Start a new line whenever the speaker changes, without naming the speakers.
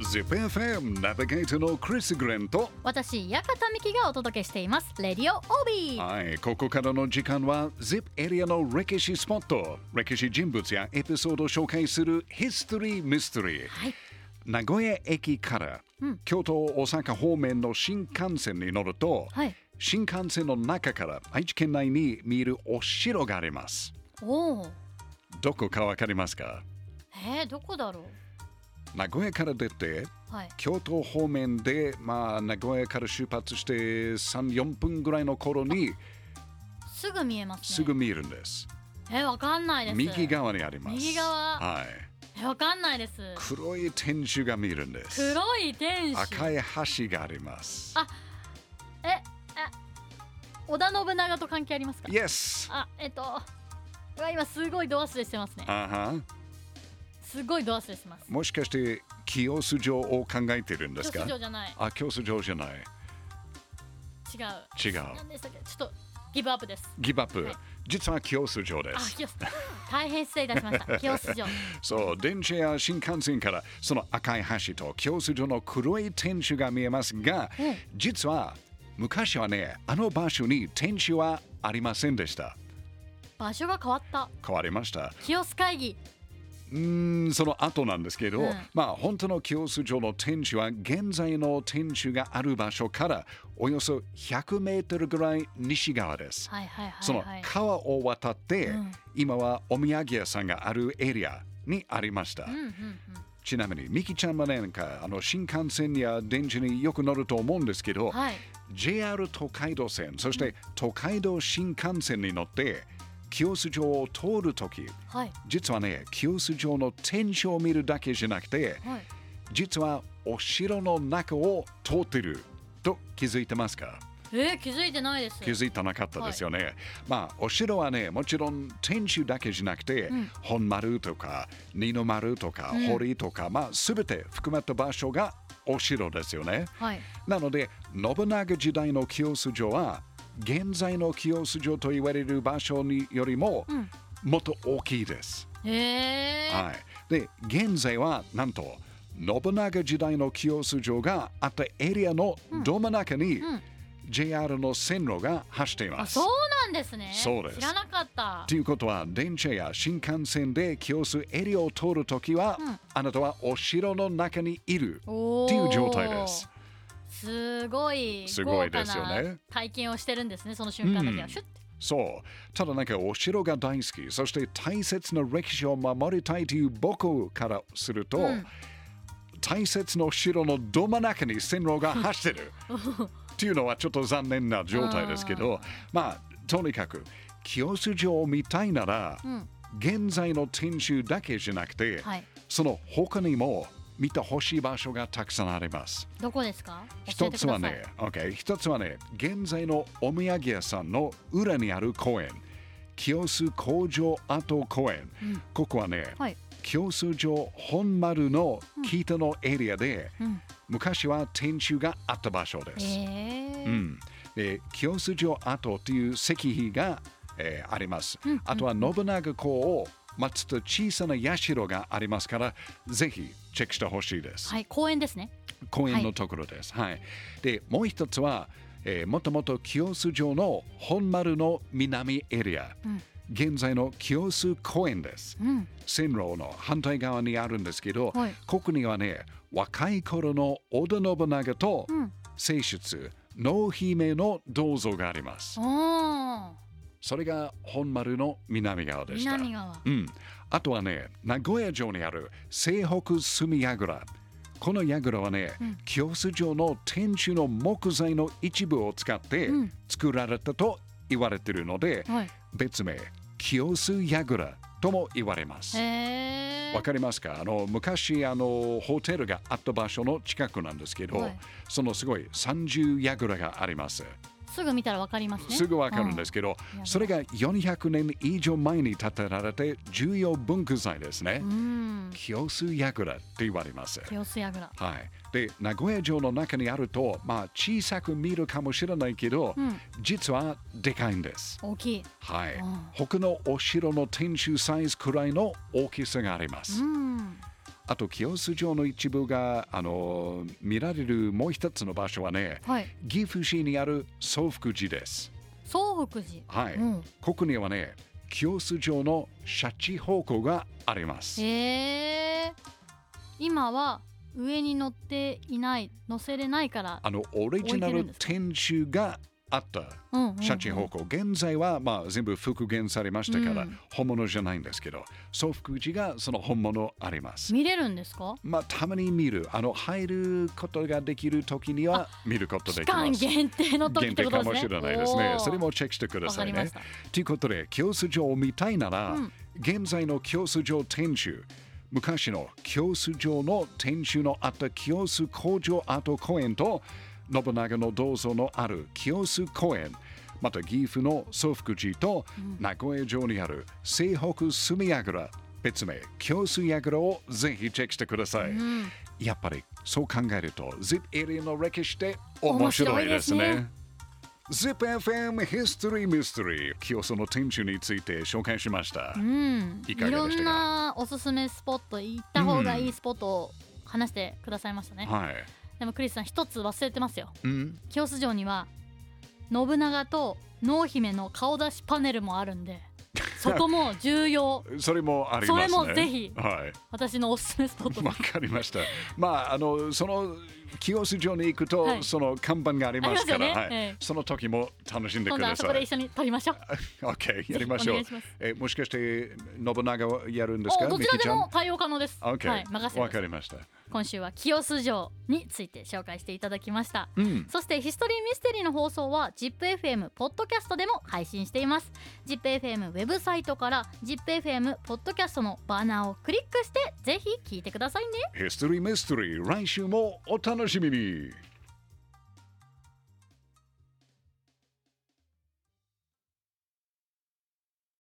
ZIPFM ナビゲーターのクリス・グレンと
私屋形美希がお届けしていますレディオオービー
はいここからの時間は ZIP エリアの歴史スポット歴史人物やエピソードを紹介する History Mystery
はい
名古屋駅から、
うん
京都大阪方面の新幹線に乗ると、
はい
新幹線の中から愛知県内に見えるお城があります
おお
どこかわかりますか
えー、どこだろ
名古屋から出て
うはい
京都方面で、まあ、名古屋から出発して34分ぐらいの頃に
すぐ見えますね
すぐ見えるんです、
えー、わかんないです
右側にあります
右側
はい
えーわかんないです
黒い天守が見えるんです
黒い天使
赤い橋があります
あえあ織田信長と関係ありますか
Yes
あえっとうわ今すごいドアスレしてますね
あは
すごいドアスレしてます
もしかして清洲城を考えてるんですか
女子じゃない
あ清洲城じゃない
違う
違う
何でしたっけちょっとギブアップです
ギブアップ、
はい
実は清洲城で
あ
す
清須大変失礼いたしました清須城
そう、電車や新幹線からその赤い橋と教室所の黒い天守が見えますが、
うん
実は昔はね、あの場所に天守はありませんでした。
場所が変わった
変わりました。
清須会議
うーん、その後なんですけど、
うん
まあ本当の教室所の天守は現在の天守がある場所からおよそ100メートルぐらい西側です。
はいはいはい、はい、
その川を渡って、
うん
今はお土産屋さんがあるエリアにありました。
うんうんうん
ちなみに、ミキちゃんもね、なんかあの新幹線や電車によく乗ると思うんですけど、
はい
JR 東海道線、そして東海道新幹線に乗って、清洲城を通るとき、
はい
実はね、清洲城の天守を見るだけじゃなくて、
はい
実はお城の中を通ってると気づいてますか
えー、気づいてないです
気づいてなかったですよね。まあ、お城はね、もちろん天守だけじゃなくて、
ん
本丸とか、二の丸とか、
ん
堀とか、まあ、すべて含まった場所がお城ですよね。
はい
なので、信長時代の清洲城は、現在の清洲城と言われる場所によりも、
うん
もっと大きいです。
えー、
はい。で、現在は、なんと、信長時代の清洲城があったエリアのど真ん中に、
うん
JR の線路が走っていま
あ
す。
そうなんですね
そうです
知らなかった
ということは電車や新幹線で清洲エリアを通るときは、
うん
あなたはお城の中にいる
おー
っていう状態です。
すごい
すごいですよね
豪華な体験をしてるんですねその瞬間だけは、
うん
シュッて
そうただなんかお城が大好きそして大切な歴史を守りたいという僕からすると、
うん
大切なお城のど真ん中に線路が走 ってるっていうのはちょっと残念な状態ですけどまあとにかく清洲城を見たいなら、
うん
現在の天守だけじゃなくて、
はい
その他にも見てほしい場所がたくさんあります。
どこですか教え
一
て
つ
くだ
は
さい
ね、OK、一つはね、現在のお土産屋さんの裏にある公園、清洲工場跡公園。
うん
ここはね、
はい
清洲城本丸の北のエリアで、
うん
昔は天守があった場所です。
えー
うん、で清洲城跡という石碑が、えーあります、
うん
あとは信長公を祀った小さな社がありますからぜひチェックしてほしいです、
はい公園ですね
公園のところです、はいでもう一つは、えーもともと清洲城の本丸の南エリア、
うん
現在の清洲公園です
うん
線路の反対側にあるんですけど、
はい
ここにはね若い頃の織田信長と
うん
聖出濃姫の銅像があります
おー
それが本丸の南側でした
南側
うん、あとはね名古屋城にある西北隅櫓この櫓はね、
うん
清洲城の天守の木材の一部を使って
うん
作られたと言われているので、
はい
別名清洲櫓とも言われます
えー
わかりますかあの昔あのホテルがあった場所の近くなんですけど、
はい
そのすごい三重櫓があります。
すぐ見たらわかりますね、
すぐわかるんですすけど、
うん
それが400年以上前に建てられて重要文化財ですね
う。ん、
清洲櫓って言われます。
清須櫓
はい。で、名古屋城の中にあると、まあ小さく見るかもしれないけど、
うん
実はでかいんです。
大きい
はい
うん。
他のお城の天守サイズくらいの大きさがありま
う
す。
ん
あと清洲城の一部があの見られるもう一つの場所はね、
はい
岐阜市にある宗福寺です。
総北寺
はい、
うん
ここにはね清洲城のシャチ宝庫があります。
へえ今は上に乗っていない乗せれないから
あのオリジナル天守があった
うんうんうん
シャチ方向、現在はまあ全部復元されましたから、
うん
本物じゃないんですけど、宗福寺がその本物あります。
見れるんですか
まあ、たまに見る、あの入ることができるときには見ること
期
できます。
間限定の時っ
限
て
定
こと
か
ですね
もしれないですね
お。ー
それもチェックしてくだ
わか
さい
りま
ね
し。た
ということで、清洲城を見たいなら、
うん
現在の清洲城天守、昔の清洲城の天守のあった清洲工場跡公園と、信長の銅像のある清洲公園、また岐阜の宗福寺と、名古屋城にある西北隅櫓、別名清洲櫓をぜひチェックしてください。
うん
やっぱりそう考えると、ZIP エリアの歴史って面白いです
面白いです
ね
ね。
ZIPFM History Mystery 清須の天守について紹介しました。
うん
い
い
かがでしたか
ろんなおすすめスポット行った方がいいスポットを話してくださいましたね、
はい。
でもクリスさん一つ忘れてますよ
うん、
清洲城には信長と濃姫の顔出しパネルもあ るんでそこも重要
それもありますね。
それもぜひ
はい。
私のおすすめスポットで
わかりました。まあ、あの、その清須城に行くと、
はい
その看板がありますから、
ありますよね
は
え
い
え、
その時も楽しんで
今
く
度
だ
あそ
さ
こで
い
一。緒に撮りましょう
OK、やりましょう
お願いします。
え、もしかして信長をやるんですか、
おど
ミ
ちら
キ
で
ちゃん
も。対応可能です、
OK、
はい任せ
わ
ま
か
す
りました。
今週は清洲城について紹介していただきました
うん。
そしてヒストリーミステリーの放送は ZIPFM ポッドキャストでも配信しています ZIPFM ウェブサイトから ZIPFM ポッドキャストのバナーをクリックしてぜひ聞いてくださいね
History Mystery 来週もお楽しみに